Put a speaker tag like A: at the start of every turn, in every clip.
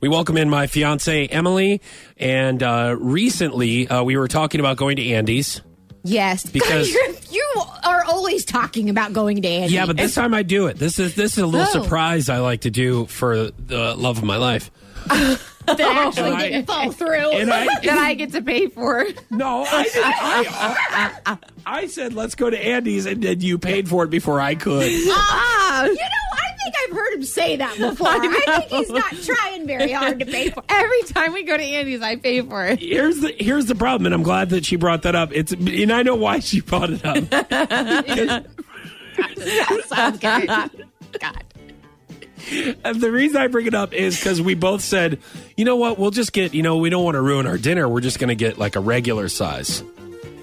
A: We welcome in my fiance Emily, and uh, recently uh, we were talking about going to Andy's.
B: Yes,
A: Because-
B: You're- you are always talking about going to Andy.
A: Yeah, but this time I do it. This is this is a little
B: Oh.
A: surprise I like to do for the love of my life.
B: that actually
A: And I-
B: didn't fall through.
A: Oh, And I
C: that I get to pay for.
A: no, I did, I, I said let's go to Andy's, and then you paid for it before I could.
B: Ah, you know, I think I've heard him say that before. I, think he's not trying very hard to pay for.
C: Every time we go to Andy's, I pay for it.
A: Here's the here's the problem, and I'm glad that she brought that up. It's and I know why she brought it up.
C: God.
A: And the reason I bring it up is because we both said, you know what, we'll just get, you know, we don't want to ruin our dinner. We're just going to get like a regular size,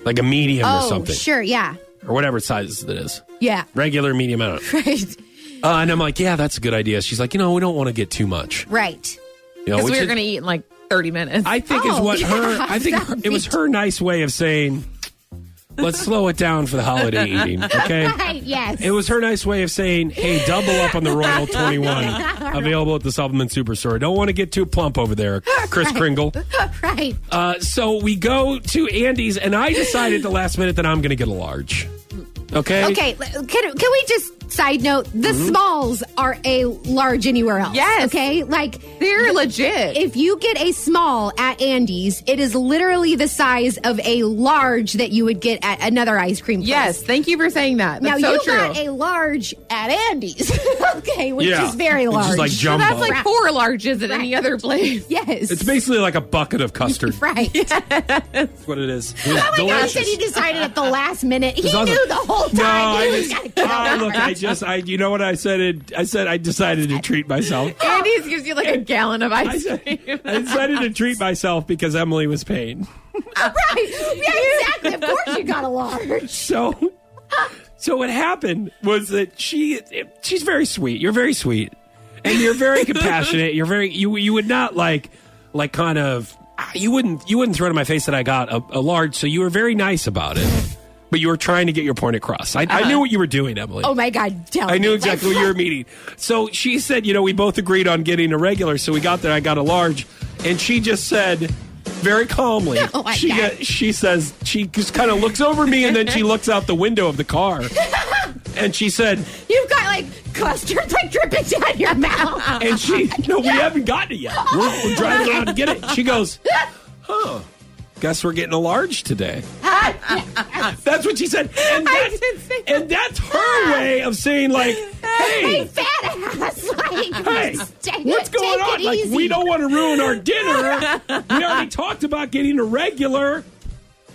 A: like a medium or
B: Oh,
A: something,
B: sure, yeah,
A: or whatever size that is.
B: yeah,
A: Regular, medium, I don't know.
B: right,
A: Uh, and I'm like, yeah, that's a good idea. She's like, you know, we don't want to get too much.
B: right.
A: You know,
C: Because
A: which
C: we were
A: is-
C: going to eat in like 30 minutes.
A: I think is
B: Oh,
A: what
B: yeah,
A: her, I think
B: that
A: her- it was
B: means-
A: her nice way of saying, let's slow it down for the holiday eating, okay?
B: Right, yes.
A: It was her nice way of saying, hey, double up on the Royal 21, available at the Supplement Superstore. Don't want to get too plump over there, Chris Kringle.
B: right.
A: Uh, so we go to Andy's, and I decided at the last minute that I'm going to get a large. Okay?
B: Okay, l- can, can we just side note? The
A: Mm-hmm.
B: smalls are a large anywhere else.
C: Yes.
B: Okay, like
C: They're legit.
B: If you get a small at Andy's, it is literally the size of a large that you would get at another ice cream place.
C: yes, thank you for saying that.
B: Now
C: That's so
B: you
C: true.
B: got a large at Andy's, okay, which
A: Yeah.
B: is very
A: Which is
B: large.
A: like
C: so
A: jumbo.
C: that's like four larges at any
B: Right.
C: other place.
B: yes,
A: It's basically like a bucket of custard.
B: right.
A: That's what it is. It was
B: Oh my gosh!
A: delicious.
B: And he decided at the last minute. He
A: It's awesome.
B: knew the whole time.
A: No,
B: he
A: I
B: was
A: just,
B: gonna get
A: Ah,
B: over
A: look,
B: it.
A: I just, I, you know what I said? It, I said I decided to treat myself.
C: Andy's gives you like a gallon of
A: I,
C: ice
A: said,
C: cream.
A: I decided to treat myself because Emily was paying.
B: right. Yeah, exactly. Of course, you got a large.
A: So, so what happened was that she she's very sweet. You're very sweet, and you're very compassionate. You're very you you would not like like kind of ah, you wouldn't you wouldn't throw it in my face that I got a, a large. So you were very nice about it, but you were trying to get your point across. I, I knew what you were doing, Emily.
B: Oh my God! Tell
A: I knew
B: me.
A: exactly what you were meaning. So she said, you know, we both agreed on getting a regular. So we got there. I got a large, and she just said. Very calmly,
B: Oh, my
A: she
B: God.
A: get- she says she just kind of looks over me, and then she looks out the window of the car, and she said,
B: You've got like custard like dripping down your mouth.
A: and she no, we haven't gotten it yet. We're, we're driving around to get it. She goes, huh? Guess we're getting a large today. That's what she said, and,
C: I
A: that-
C: did say-
A: and that's her way of saying like,
B: hey, fat ass! Like,
A: Hey,
B: take
A: what's
B: it-
A: going
B: take
A: on?
B: It
A: Like,
B: easy.
A: we don't want to ruin our dinner. we already talked about getting a regular.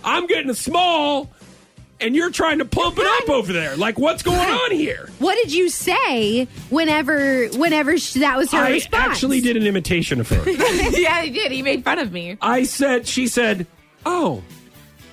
A: I'm getting a small, and you're trying to pump it up over there. Like, what's going on here?
B: What did you say whenever whenever sh- that was her
A: I
B: response?
A: actually did an imitation of her.
C: yeah, he did. He made fun of me.
A: I said, she said, oh.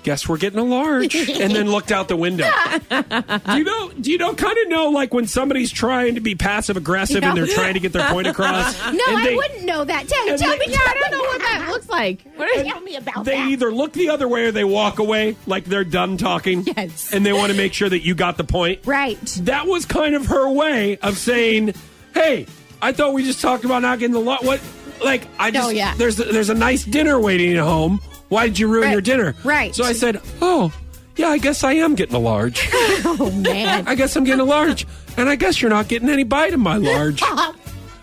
A: Guess we're getting a large, and then looked out the window. do you know? Do you know? Kind of know, like when somebody's trying to be passive aggressive and
C: Yeah.
A: they're trying to get their point across.
B: No,
A: and
B: I
A: they-
B: wouldn't know that. Tell,
A: and
B: tell
A: they-
B: me.
A: Yeah,
B: tell
C: I don't know
B: me.
C: what that looks like. What is
B: Tell me about
A: they
B: that.
A: either look the other way or they walk away like they're done talking.
B: Yes.
A: And they want to make sure that you got the point.
B: right.
A: That was kind of her way of saying, "Hey, I thought we just talked about not getting the lot. What? Like, I just
B: Oh, yeah.
A: there's there's a nice dinner waiting at home. Why did you ruin
B: Right.
A: your dinner?
B: Right.
A: So I said, "Oh, yeah, I guess I am getting a large.
B: Oh man.
A: I guess I'm getting a large, and I guess you're not getting any bite of my large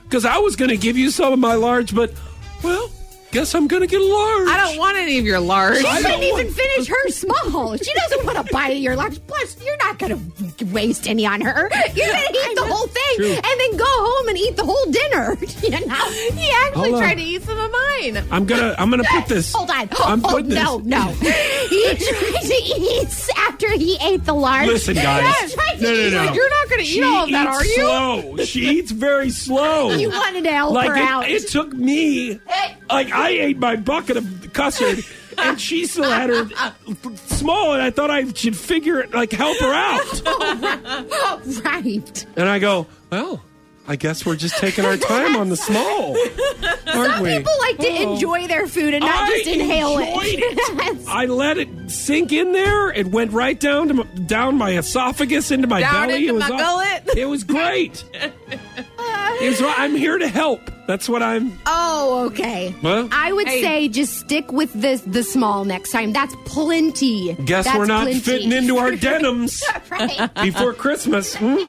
A: because I was going to give you some of my large, but well, guess I'm going to get a large.
C: I don't want any of your large.
A: I
B: She
A: don't
B: couldn't even
A: want-
B: finish her small. She doesn't want to bite of your lunch. Plus, you're not going to waste any on her. You're going to eat the whole thing
A: True.
B: and then go home and eat the whole dinner. You know?
C: He actually
A: Hold on.
C: tried to eat some of mine.
A: I'm gonna I'm gonna put this.
B: Hold on.
A: I'm
B: oh,
A: putting
B: no,
A: this.
B: no. He tried to eat after he ate the large.
A: Listen, guys.
B: He tried to
A: No, no,
B: eat-
A: no.
C: You're not going to
A: She
C: eat all of that,
A: eats
C: are you?
A: slow. She eats very slow.
B: You wanted to help
A: like
B: her
A: it,
B: out.
A: it took me. Like I ate my bucket of custard, and she still had her small, and I thought I should figure it, like help her out.
B: oh, right.
A: And I go, well, I guess we're just taking our time on the small, aren't we?
B: People like to
A: Oh.
B: enjoy their food and not
A: I
B: just inhale
A: enjoyed
B: it. Yes.
A: I let it sink in there. It went right down to my, down my esophagus into my
C: Down
A: belly.
C: into
A: it was
C: my
A: aw-
C: gullet.
A: It was great. it was, I'm here to help. That's what I'm.
B: Oh, okay.
A: Well,
B: I would
C: Hey.
B: say just stick with the the small next time. That's plenty.
A: Guess
B: That's
A: we're not
B: plenty.
A: fitting into our denims
B: right.
A: before Christmas. Hmm?